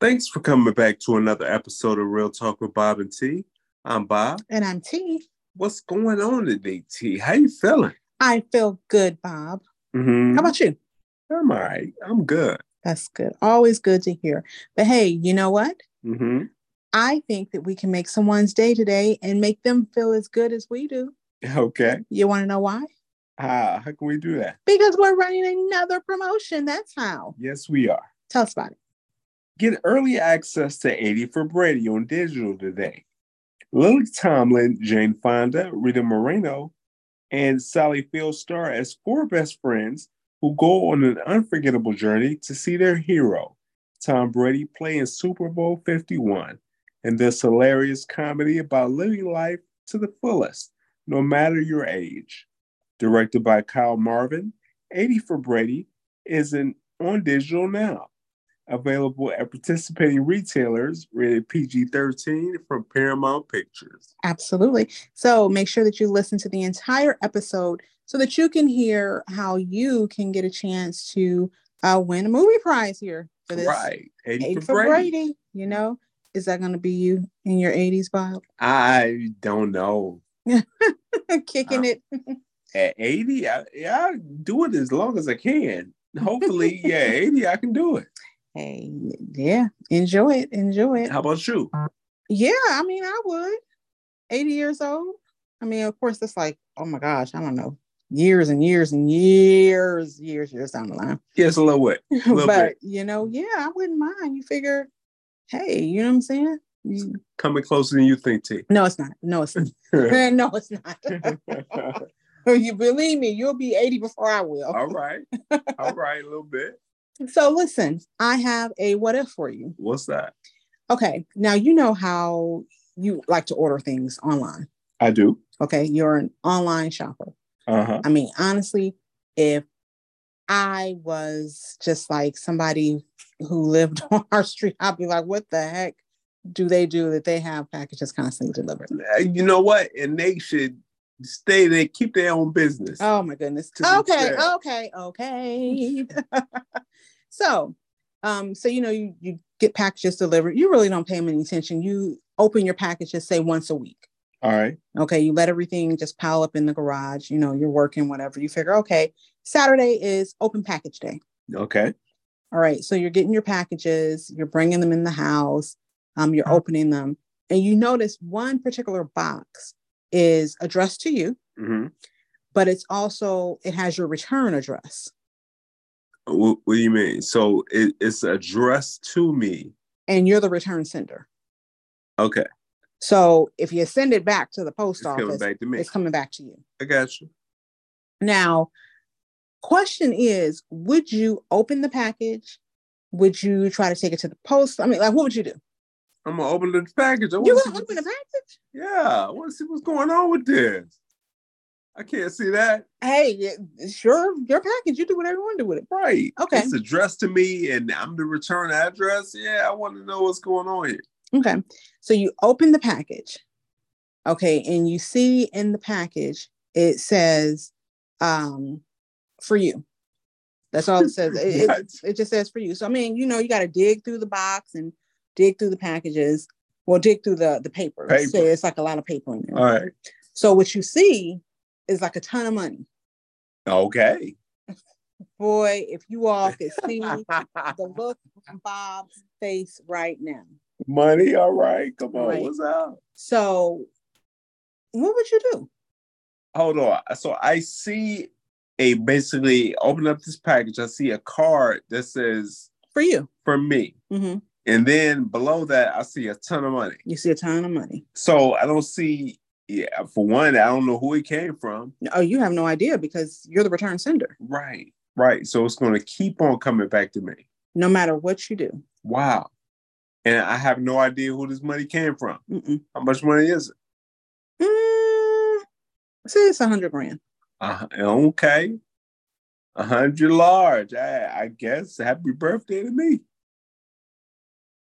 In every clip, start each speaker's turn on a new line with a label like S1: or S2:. S1: Thanks for coming back to another episode of Real Talk with Bob and T. I'm Bob.
S2: And I'm T.
S1: What's going on today, T? How you feeling?
S2: I feel good, Bob.
S1: Mm-hmm.
S2: How about you?
S1: I'm all right. I'm good.
S2: That's good. Always good to hear. But hey, you know what?
S1: Mm-hmm.
S2: I think that we can make someone's day today and make them feel as good as we do.
S1: Okay.
S2: You want to know why?
S1: Ah, how can we do that?
S2: Because we're running another promotion. That's how.
S1: Yes, we are.
S2: Tell us about it.
S1: Get early access to 80 for Brady on digital today. Lily Tomlin, Jane Fonda, Rita Moreno, and Sally Field star as four best friends who go on an unforgettable journey to see their hero, Tom Brady, play in Super Bowl 51 in this hilarious comedy about living life to the fullest, no matter your age. Directed by Kyle Marvin, 80 for Brady is an on digital now. Available at participating retailers rated PG 13 from Paramount Pictures.
S2: Absolutely. So make sure that you listen to the entire episode so that you can hear how you can get a chance to uh, win a movie prize here for this.
S1: Right. 80,
S2: Eight
S1: for, Brady.
S2: You know, is that going to be you in your 80s, Bob?
S1: I don't know.
S2: Kicking
S1: Wow.
S2: it.
S1: At 80, I, yeah, I do it as long as I can. Hopefully, yeah, 80, I can do it.
S2: Hey, yeah. Enjoy it. Enjoy it.
S1: How about you?
S2: Yeah, I mean, I would. 80 years old. I mean, of course, that's like, oh my gosh, I don't know, years and years and years, years, years down the line.
S1: Yes, a little way. Little
S2: but,
S1: bit.
S2: you know, yeah, I wouldn't mind. You figure, hey, you know what I'm saying? You-
S1: Coming closer than you think, T.
S2: No, it's not. No, it's not. no, it's not.
S1: all
S2: you believe me, you'll be 80 before I will.
S1: right. All right, a little bit.
S2: So, listen, I have a what if for you.
S1: What's that?
S2: Okay. Now, you know how you like to order things online.
S1: I do.
S2: Okay. You're an online shopper.
S1: Uh-huh.
S2: I mean, honestly, if I was just like somebody who lived on our street, I'd be like, what the heck do they do that they have packages constantly delivered?
S1: Uh, You know what? And they should stay there, keep their own business.
S2: Oh my goodness.
S1: To
S2: Okay,
S1: themselves.
S2: okay, okay. so, um, so you know, you, you get packages delivered. You really don't pay them any attention. You open your packages, say once a week.
S1: All right.
S2: Okay, you let everything just pile up in the garage. You know, you're working, whatever. You figure, okay, Saturday is open package day.
S1: Okay.
S2: All right. So you're getting your packages, you're bringing them in the house, um, you're
S1: Mm-hmm.
S2: opening them, and you notice one particular box is addressed to you,
S1: Mm-hmm.
S2: but it's also it has your return address,
S1: What, what do you mean? So it, it's addressed to me.
S2: and you're the return sender.
S1: Okay.
S2: So if you send it back to the post
S1: It's coming
S2: office,
S1: back to me.
S2: it's coming back to you.
S1: I got you.
S2: Now, question is, would you open the package? Would you try to take it to the post? I mean, like, what would you do?
S1: I'm gonna open the package. I
S2: You
S1: wanna see
S2: gonna
S1: what-
S2: open the package?
S1: Yeah, I want to see what's going on with this. I can't see that.
S2: Hey, sure, your package. You do whatever you want to do with it.
S1: Right.
S2: Okay.
S1: It's addressed to me and I'm the return address. Yeah, I want to know what's going on here.
S2: Okay. So you open the package. Okay. And you see in the package, it says um, for you. That's all it says. It,
S1: What?
S2: it, it just says for you. So, I mean, you know, you got to dig through the box and dig through the packages. Well, dig through the, the paper. So
S1: Paper.
S2: it's like a lot of paper in there.
S1: All right.
S2: So what you see is like a ton of money.
S1: Okay.
S2: Boy, if you all could see the look on Bob's face right now.
S1: Money. All right. Come on.
S2: Right.
S1: What's up?
S2: So what would you do?
S1: Hold on. So I see a basically open up this package. I see a card that says
S2: For you.
S1: for me.
S2: hmm
S1: And then below that, I see a ton of money.
S2: You see a ton of money.
S1: So I don't see, yeah, for one, I don't know who it came from.
S2: Oh, you have no idea because you're the return sender.
S1: Right, right. So it's going to keep on coming back to me.
S2: No matter what you do,
S1: Wow. And I have no idea who this money came from.
S2: Mm-mm.
S1: How much money is it?
S2: Mm, say it's a hundred grand.
S1: Uh, okay. A hundred large. I, I guess happy birthday to me.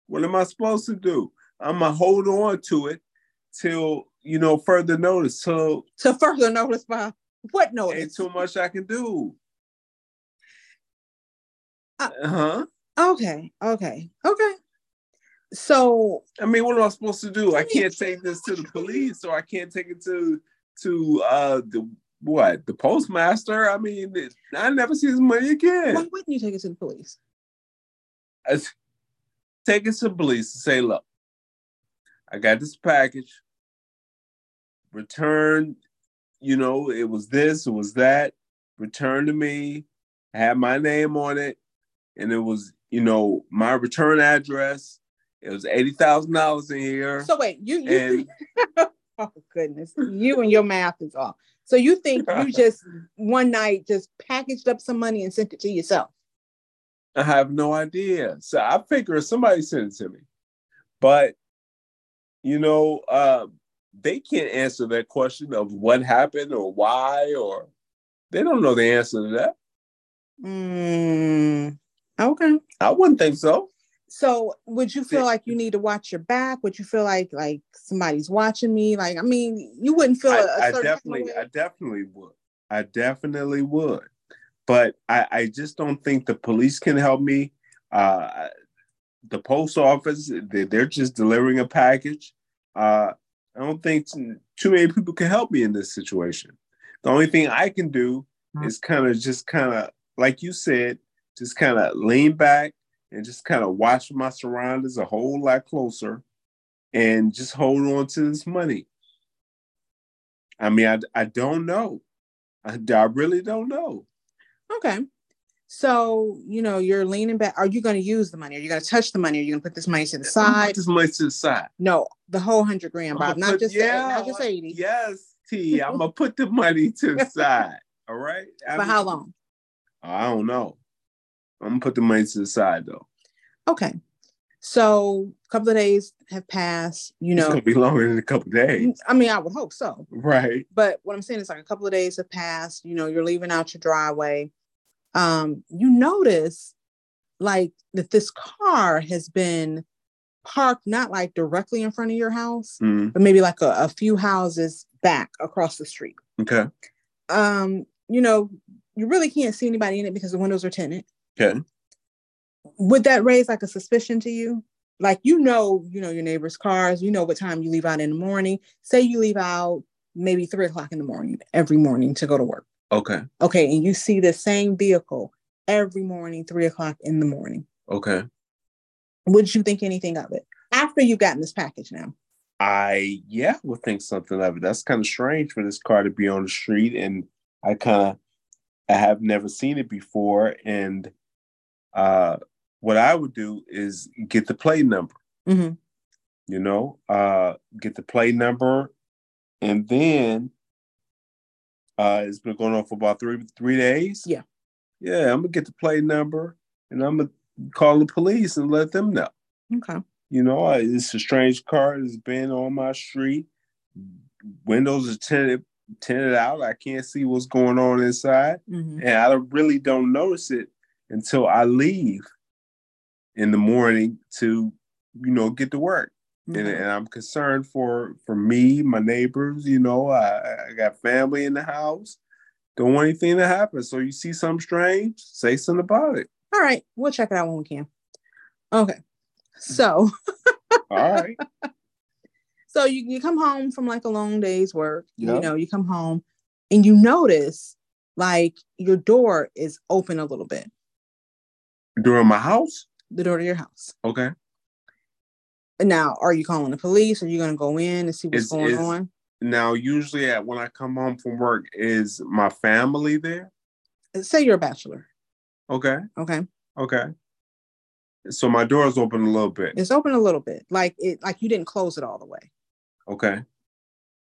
S1: What am I supposed to do? I'm going to hold on to it till, you know, further notice, till
S2: So further notice by what
S1: Oh, ain't
S2: notice?
S1: too much I can do.
S2: Uh,
S1: Uh huh. Uh-huh.
S2: Okay, okay, okay. So
S1: I mean, what am I supposed to do? I can't take this to the police, or I can't take it to to uh the what the postmaster. I mean, it- I never see this money
S2: why
S1: again.
S2: wouldn't you take it to the police?
S1: I s- take it to the police and say, look, I got this package. Return, you know, it was this, it was that. Return to me. I had my name on it, and it was, you know, my return address. It was eighty thousand dollars in here,
S2: So wait, you you
S1: and
S2: oh goodness, you and your math is off. So you think you just one night just packaged up some money and sent it to yourself?
S1: I have no idea. So I figure somebody sent it to me. But you know, uh, they can't answer that question of what happened or why or they don't know the answer to that.
S2: Mm, okay.
S1: I wouldn't think so.
S2: So would you feel
S1: Yeah.
S2: like you need to watch your back? Would you feel like like somebody's watching me? Like I mean, you wouldn't feel a a
S1: I, I
S2: certain
S1: definitely,
S2: Kind
S1: I
S2: of way?
S1: definitely would. I definitely would. But I, I just don't think the police can help me. Uh, the post office, they- they're just delivering a package. Uh, I don't think t- too many people can help me in this situation. The only thing I can do is kind of just kind of, like you said, just kind of lean back and just kind of watch my surroundings a whole lot closer and just hold on to this money. I mean, I, I don't know. I, I really don't know.
S2: okay. So you know you're leaning back. Are you going to use the money? Are you going to touch the money? Are you going to put this money to the
S1: I'm gonna
S2: side?
S1: put this money to the side.
S2: No, the whole hundred grand, Bob.
S1: I'ma
S2: Not
S1: put-
S2: just yeah, not just eighty.
S1: Yes, T. I'm gonna put the money to the side. All right. I
S2: For
S1: mean,
S2: how long?
S1: I don't know. I'm gonna put the money to the side though.
S2: Okay. So a couple of days have passed. You
S1: It's
S2: know,
S1: gonna be longer than a couple days,
S2: I mean, I would hope so.
S1: right?
S2: But what I'm saying is, like a couple of days have passed. You know, you're leaving out your driveway. Um, you notice, like that this car has been parked not like directly in front of your house,
S1: Mm,
S2: but maybe like a, a few houses back across the street.
S1: okay.
S2: Um, you know, you really can't see anybody in it because the windows are tinted.
S1: Okay.
S2: would that raise like a suspicion to you? Like you know, you know your neighbor's cars, you know what time you leave out in the morning. Say you leave out maybe three o'clock in the morning every morning to go to work.
S1: Okay.
S2: Okay, and you see the same vehicle every morning, three o'clock in the morning.
S1: Okay.
S2: Would you think anything of it after you've gotten this package now?
S1: I yeah would think something of it. That's kind of strange for this car to be on the street, and I kind of I have never seen it before. And uh, what I would do is get the plate number.
S2: Mm-hmm.
S1: you know, uh, get the play number, and then uh, it's been going on for about three three days.
S2: Yeah.
S1: yeah, I'm gonna get the play number, and I'm gonna call the police and let them know.
S2: Okay.
S1: You know, I, it's a strange car. It's been on my street. Windows are tinted tinted out. I can't see what's going on inside,
S2: hmm
S1: and I really don't notice it until I leave in the morning to, you know, get to work
S2: mm-hmm.
S1: and, and I'm concerned for for me, my neighbors. You know, I, I- I got family in the house. Don't want anything to happen. So you see something strange, say something about it.
S2: All right, we'll check it out when we can. Okay. So,
S1: All right.
S2: so you, you come home from like a long day's work
S1: Yeah.
S2: you know you come home and you notice like your door is open a little bit
S1: During my house.
S2: the door to your house
S1: Okay.
S2: now are you calling the police are you going to go in and see what's
S1: Is-
S2: going
S1: is-
S2: on
S1: Now, usually at when I come home from work, is my family there?
S2: say you're a bachelor
S1: Okay.
S2: okay
S1: Okay. So my door is open a little bit.
S2: it's open a little bit like it like you didn't close it all the way
S1: Okay.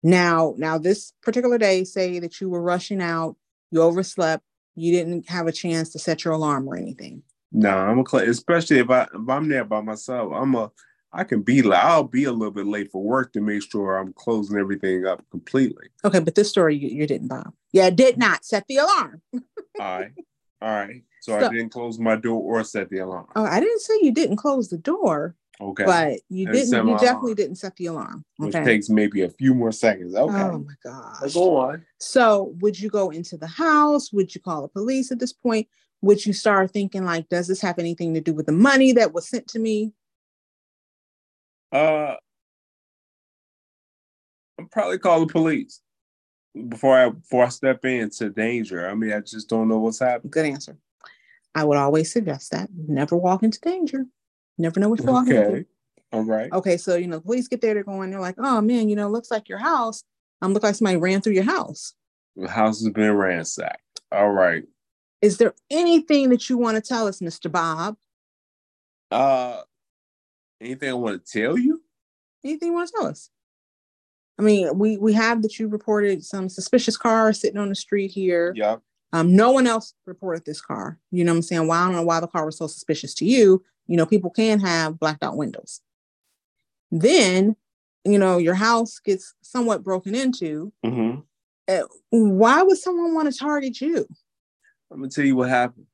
S2: now now this particular day say that you were rushing out you overslept you didn't have a chance to set your alarm or anything
S1: No, I'm a cl- especially if I if I'm there by myself, I'm a I can be like I'll be a little bit late for work to make sure I'm closing everything up completely.
S2: okay but this story you, you didn't bob yeah did not set the alarm
S1: All right. All right. So, I
S2: So-
S1: didn't close my door or set the alarm.
S2: Oh, I didn't say you didn't close the door,
S1: Okay.
S2: but you
S1: And
S2: didn't.
S1: set my
S2: You definitely
S1: alarm.
S2: didn't set the alarm.
S1: Which
S2: Oh, Okay.
S1: takes maybe a few more seconds. Okay.
S2: Oh my gosh.
S1: Go on.
S2: So, would you go into the house? Would you call the police at this point? Would you start thinking like, does this have anything to do with the money that was sent to me?
S1: Uh, I'm probably call the police before I before I step into danger. I mean, I just don't know what's happening.
S2: Good answer. I would always suggest that. Never walk into danger. Never know what you're walking
S1: Okay.
S2: into.
S1: All right.
S2: Okay, so you know, police get there, they're going, they're like, oh man, you know, looks like your house. Um, look like somebody ran through your house.
S1: The house has been ransacked. All right.
S2: Is there anything that you want to tell us, Mr. Bob?
S1: Uh, anything I want to tell you?
S2: Anything you want to tell us? I mean, we we have that you reported some suspicious car sitting on the street here.
S1: Yep.
S2: Um, no one else reported this car. You know what I'm saying? Why I don't know why the car was so suspicious to you. You know, people can have blacked out windows. Then, you know, your house gets somewhat broken into.
S1: Mm-hmm.
S2: Why would someone want to target you?
S1: I'm gonna tell you what happened.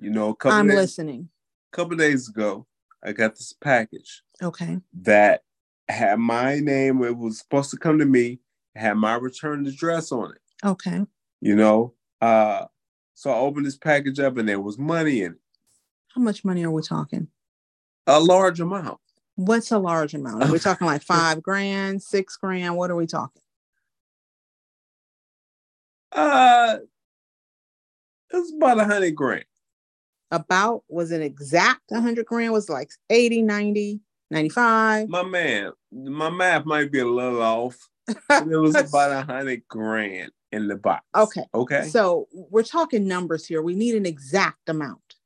S1: You know, a couple
S2: I'm
S1: days,
S2: listening.
S1: couple days ago, I got this package.
S2: Okay.
S1: that had my name. It was supposed to come to me. Had my return address on it.
S2: Okay.
S1: You know. Uh, so I opened this package up, and there was money in it,
S2: How much money are we talking?
S1: a large amount.
S2: What's a large amount? Are we talking like five grand, six grand? What are we talking?
S1: Uh, it was about a hundred grand.
S2: About was it exact 100 grand? Was it like 80, 90, 95?
S1: My man, my math might be a little off. but it was about a hundred grand in the box.
S2: Okay.
S1: Okay.
S2: So we're talking numbers here. We need an exact amount.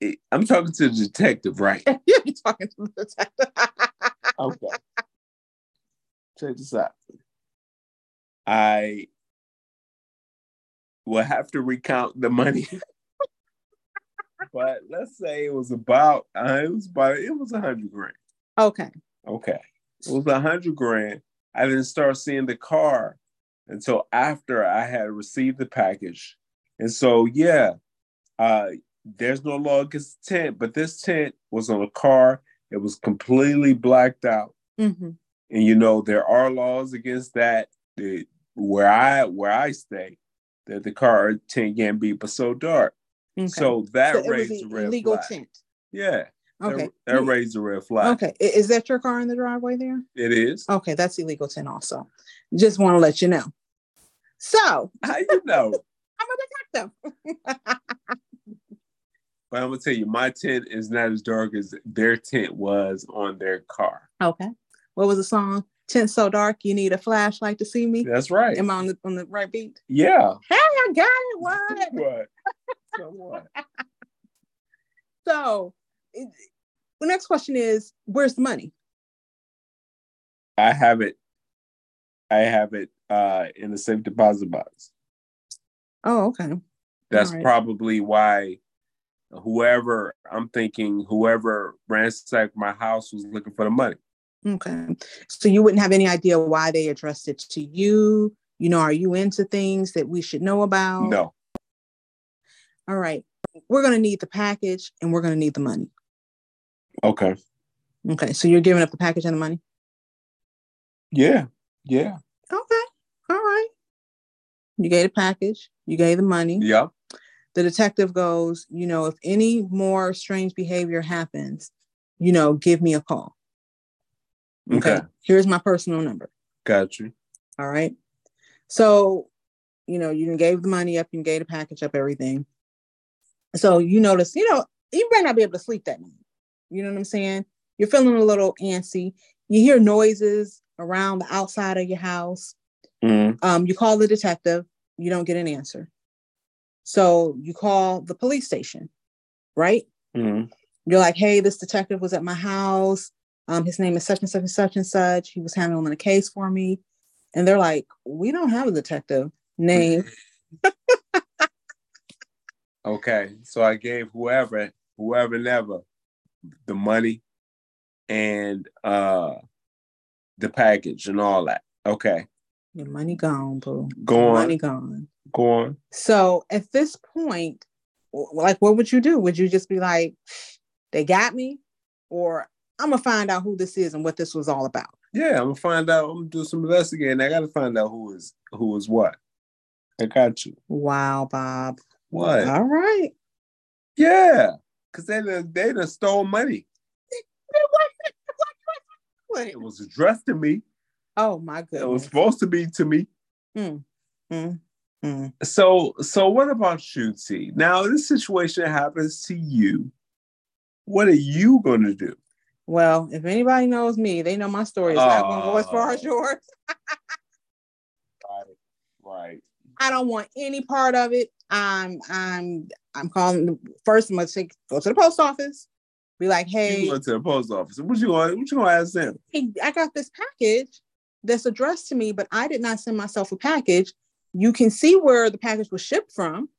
S1: It- I'm talking to the detective, right?
S2: You're talking to the detective.
S1: okay. Check this out. I will have to recount the money. but let's say it was about uh, it was about it was a hundred grand.
S2: okay.
S1: Okay. It was a hundred grand. I didn't start seeing the car until after I had received the package. And so yeah, uh there's no law against the tent, but this tent was on a car. It was completely blacked out
S2: hmm
S1: and you know there are laws against that. The- where I where I stay, that the car tent can be but so dark.
S2: okay.
S1: So that
S2: So
S1: raised a red
S2: illegal
S1: flag.
S2: tent.
S1: Yeah, that-
S2: Okay.
S1: that, raised a red flag.
S2: okay. I- Is that your car in the driveway there?
S1: It is.
S2: Okay. That's illegal tent also. Just want to let you know. So
S1: How you know?
S2: I'm a detective.
S1: But I'm gonna tell you, my tent is not as dark as their tent was on their car.
S2: okay. What was the song? Tent so dark, you need a flashlight to see me.
S1: That's right.
S2: Am I on the on the right beat?
S1: yeah.
S2: Hey, I got it. What?
S1: What? So what?
S2: So it, the next question is, where's the money?
S1: I have it. I have it uh, in the safe deposit box.
S2: Oh, okay.
S1: that's
S2: Alright.
S1: probably why whoever I'm thinking whoever ransacked my house was looking for the money.
S2: Okay. So you wouldn't have any idea why they addressed it to you. You know, are you into things that we should know about?
S1: No.
S2: All right. We're going to need the package and we're going to need the money.
S1: Okay.
S2: Okay. So you're giving up the package and the money?
S1: Yeah. Yeah.
S2: Okay. All right. You gave the package, you gave the money.
S1: Yep.
S2: The detective goes, you know, if any more strange behavior happens, you know, give me a call.
S1: Okay.
S2: Here's my personal number.
S1: Got you.
S2: All right. So, you know, you done gave the money up, you done gave the package up, everything. So you notice, you know, you may not be able to sleep that night. You know what I'm saying? You're feeling a little antsy. You hear noises around the outside of your house.
S1: Mhm.
S2: Um, you call the detective, you don't get an answer. So you call the police station, right?
S1: Mhm.
S2: You're like, hey, this detective was at my house. Um, his name is such and such and such and such. He was handling a case for me. And they're like, we don't have a detective named.
S1: Mm-hmm. Okay. So I gave whoever, whoever never the money and uh the package and all that. Okay.
S2: Your money gone, boo.
S1: Go
S2: Your
S1: on.
S2: Money gone.
S1: Go on.
S2: So at this point, w- like, what would you do? Would you just be like, they got me? Or I'm going to find out who this is and what this was all about.
S1: Yeah, I'm gonna find out. I'm gonna do some investigating. I gotta find out who is who is what. I got you.
S2: Wow, Bob.
S1: What?
S2: All right.
S1: Yeah, cause they done, they done stole money.
S2: Wait.
S1: It was addressed to me.
S2: Oh my goodness.
S1: It was supposed to be to me.
S2: Mm, mm, mm.
S1: So, so what about you, T? Now, this situation happens to you. What are you going to do?
S2: Well, if anybody knows me, they know my story is not going to go as far as
S1: Oh.
S2: yours.
S1: Right, right.
S2: I don't want any part of it. I'm I'm I'm calling the first. I'm gonna take, go to the post office. Be like,
S1: You
S2: hey,
S1: going to the post office? What you going? What you going to ask them?
S2: hey, I got this package that's addressed to me, but I did not send myself a package. You can see where the package was shipped from,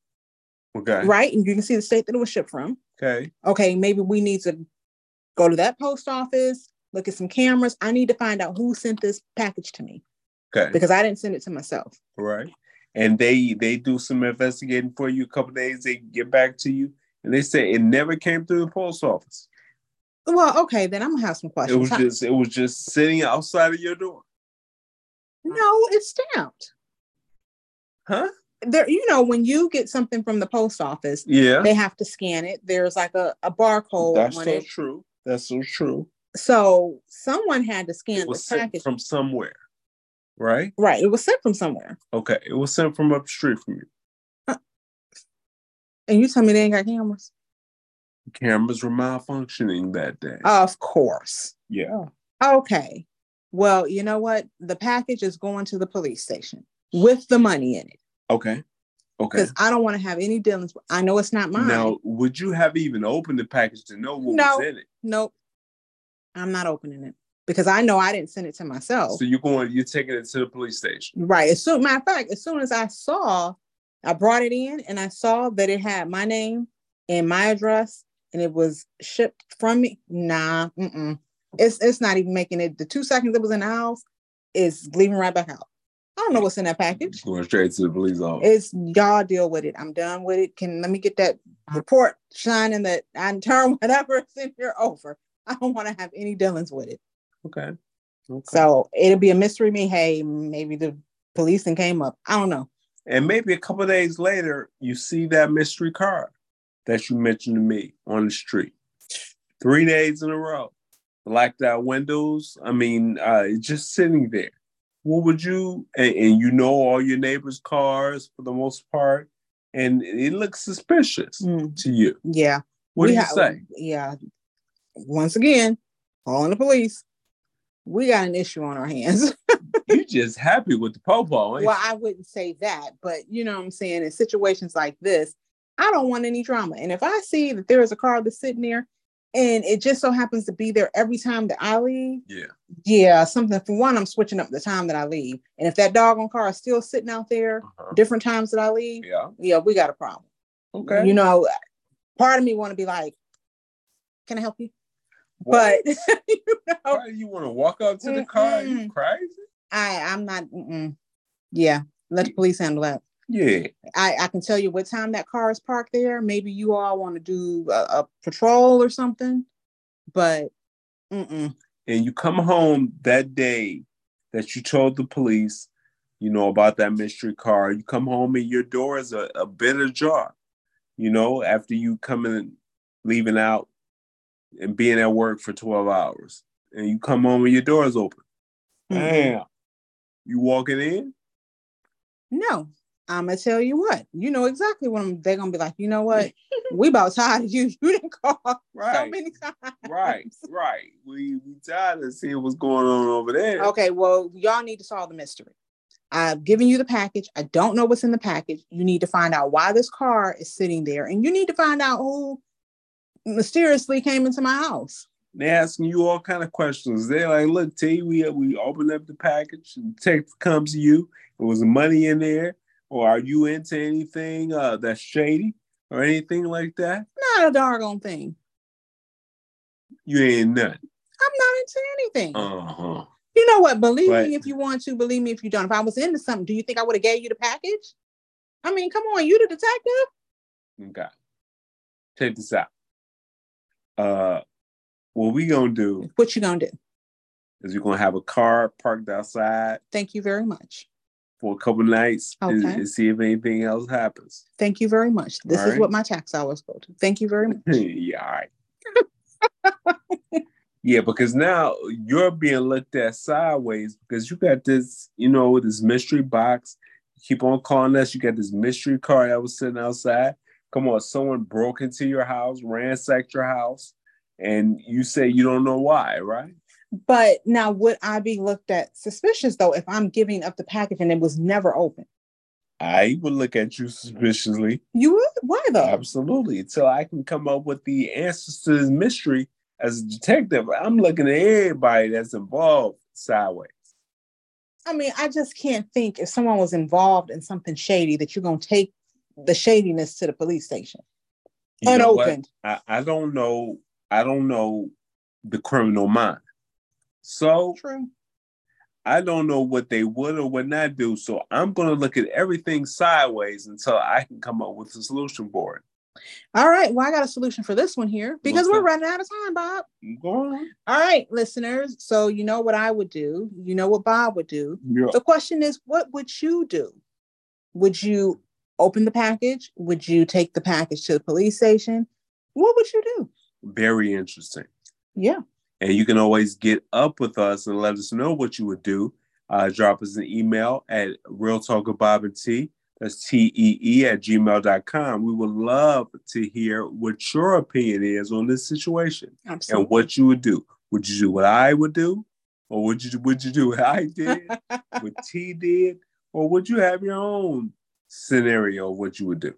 S1: Okay.
S2: right? And you can see the state that it was shipped from.
S1: Okay.
S2: okay, maybe we need to go to that post office, look at some cameras. I need to find out who sent this package to me
S1: Okay.
S2: because I didn't send it to myself.
S1: Right. And they they do some investigating for you. A couple days, they get back to you, and they say it never came through the post office.
S2: Well, okay, then I'm gonna have some
S1: It was
S2: questions. How-
S1: just it was just sitting outside of your door,
S2: no, it's stamped.
S1: huh?
S2: There, you know, when you get something from the post office,
S1: Yeah.
S2: they have to scan it. There's like a, a barcode
S1: That's
S2: on
S1: so
S2: it.
S1: true. That's so true.
S2: So someone had to scan
S1: It
S2: the
S1: was sent
S2: package.
S1: from somewhere, right?
S2: right, it was sent from somewhere.
S1: Okay, it was sent from up the street from you.
S2: And you tell me they ain't got cameras.
S1: Cameras were malfunctioning that day.
S2: Of course.
S1: yeah.
S2: Okay. Well, you know what? The package is going to the police station with the money in it
S1: Okay. Okay.
S2: because I don't want to have any dealings. with- I know it's not mine.
S1: Now, would you have even opened the package to know what
S2: No.
S1: was in it?
S2: Nope. I'm not opening it because I know I didn't send it to myself.
S1: So you're going, you're taking it to the police station.
S2: right. As soon, matter of fact, as soon as I saw, I brought it in and I saw that it had my name and my address and it was shipped from me. Nah, mm-mm. it's it's not even making it. The two seconds it was in the house is leaving right back out. I don't know what's in that package.
S1: Going straight to the police office.
S2: It's y'all deal with it. I'm done with it. Can let me get that report shining that I turn whatever's in here over. I don't want to have any dealings with it.
S1: okay. Okay.
S2: So it'll be a mystery to me. Hey, maybe the policing came up. I don't know.
S1: and maybe a couple of days later, you see that mystery car that you mentioned to me on the street. Three days in a row, blacked out windows. I mean, uh, it's just sitting there. What would you and, and you know all your neighbors' cars for the most part, and it looks suspicious
S2: Mm,
S1: to you.
S2: yeah.
S1: What do
S2: we
S1: you
S2: ha-
S1: say?
S2: Yeah. Once again, calling the police. We got an issue on our hands.
S1: you just happy with the popo, ain't
S2: well, I wouldn't say that, but you know what I'm saying? In situations like this, I don't want any drama. And if I see that there is a car that's sitting there and it just so happens to be there every time that I leave,
S1: you? Yeah.
S2: yeah, something for one, I'm switching up the time that I leave. And if that doggone car is still sitting out there
S1: Uh-huh.
S2: different times that I leave,
S1: Yeah.
S2: yeah, we got a problem.
S1: Okay.
S2: You know, part of me want to be like, can I help you? But you know,
S1: Why do you want to walk up to the car? you
S2: Mm-mm.
S1: crazy?
S2: I I'm not. Mm-mm. Yeah, let the police handle that.
S1: Yeah.
S2: I I can tell you what time that car is parked there. Maybe you all want to do a, a patrol or something, but mm-mm.
S1: and you come home that day that you told the police, you know, about that mystery car, you come home and your door is a, a bit ajar, you know, after you coming, leaving out and being at work for 12 hours. And you come home and your door is open.
S2: Mm-mm.
S1: You walking in?
S2: no. I'm gonna tell you what. You know exactly what I'm. They're gonna be like, you know what? we about tired of you. You didn't call so
S1: Right.
S2: many times.
S1: Right. Right. We we tired of seeing what's going on over there.
S2: Okay, well, y'all need to solve the mystery. I've given you the package. I don't know what's in the package. You need to find out why this car is sitting there, and you need to find out who mysteriously came into my house.
S1: They're asking you all kind of questions. They're like, "Look, T, we we opened up the package. The text comes to you. It was money in there, or are you into anything uh, that's shady or anything like that?
S2: Not a doggone thing.
S1: You ain't nothing."
S2: I'm not into anything.
S1: Uh huh.
S2: you know what? Believe
S1: Right.
S2: me if you want to. Believe me if you don't. If I was into something, do you think I would have gave you the package? I mean, come on, you the detective.
S1: Okay. Check this out. Uh, what we gonna do
S2: What you gonna do?
S1: is we're gonna have a car parked outside
S2: Thank you very much.
S1: for a couple nights and,
S2: Okay.
S1: and see if anything else happens.
S2: Thank you very much. This
S1: All
S2: is
S1: right.
S2: what my tax dollars go to. Thank you very much.
S1: yeah. All right. Yeah, because now you're being looked at sideways because you got this, you know, this mystery box. You keep on calling us. You got this mystery car that was sitting outside. Come on, someone broke into your house, ransacked your house, and you say you don't know why, right?
S2: But now, would I be looked at suspicious though if I'm giving up the package and it was never open?
S1: I would look at you suspiciously.
S2: You would? Why though?
S1: Absolutely. Until I can come up with the answers to this mystery as a detective. I'm looking at everybody that's involved sideways.
S2: I mean, I just can't think if someone was involved in something shady that you're going to take the shadiness to the police station
S1: You know what?
S2: unopened.
S1: I, I don't know. I don't know the criminal mind. So
S2: True.
S1: I don't know what they would or would not do. So I'm going to look at everything sideways until I can come up with a solution for it.
S2: All right. Well, I got a solution for this one here because
S1: What's
S2: we're
S1: that?
S2: running out of time, Bob.
S1: Go on.
S2: All right, listeners. So, you know what I would do. You know what Bob would do.
S1: You're-
S2: The question is, what would you do? Would you open the package? Would you take the package to the police station? What would you do?
S1: very interesting.
S2: Yeah.
S1: And you can always get up with us and let us know what you would do. Uh, drop us an email at Real Talk with Bob and T. That's T E E at gmail.com. We would love to hear what your opinion is on this situation
S2: Absolutely.
S1: and what you would do. Would you do what I would do? Or would you would you do what I did? what T did? Or would you have your own scenario of what you would do?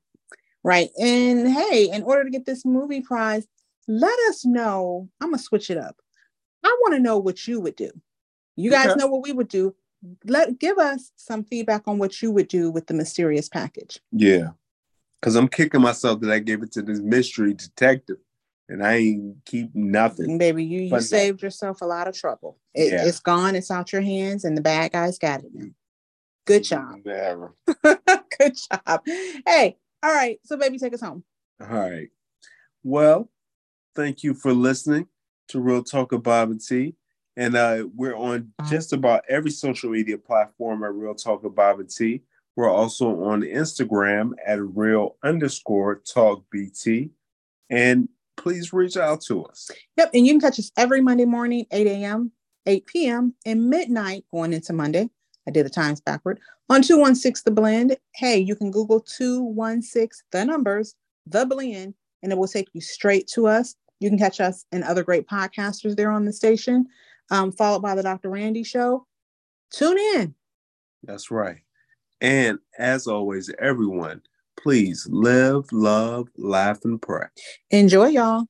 S2: Right. And hey, in order to get this movie prize, let us know. I'm going to switch it up. I want to know what you would do. You guys
S1: Okay.
S2: know what we would do. Let give us some feedback on what you would do with the mysterious package.
S1: Yeah. Cause I'm kicking myself that I gave it to this mystery detective and I ain't keep nothing.
S2: Baby, you, you
S1: But-
S2: saved yourself a lot of trouble. It,
S1: Yeah.
S2: It's gone. It's out your hands, and the bad guys got it now. Good
S1: Mm-hmm.
S2: job.
S1: Never.
S2: Good job. Hey, all right. So, baby, take us home.
S1: All right. Well, thank you for listening to Real Talk with Bob and T. And uh, we're on just about every social media platform at Real Talk with Bob and T. We're also on Instagram at real underscore talk BT. And please reach out to us.
S2: Yep. And you can catch us every Monday morning, 8 a.m., 8 p.m., and midnight going into Monday. I did the times backward on 216 The Blend. Hey, you can Google 216 The Numbers, The Blend, and it will take you straight to us. You can catch us and other great podcasters there on the station, um, followed by The Dr. Randy Show. Tune in.
S1: That's right. And as always, everyone, please live, love, laugh, and pray.
S2: Enjoy, y'all.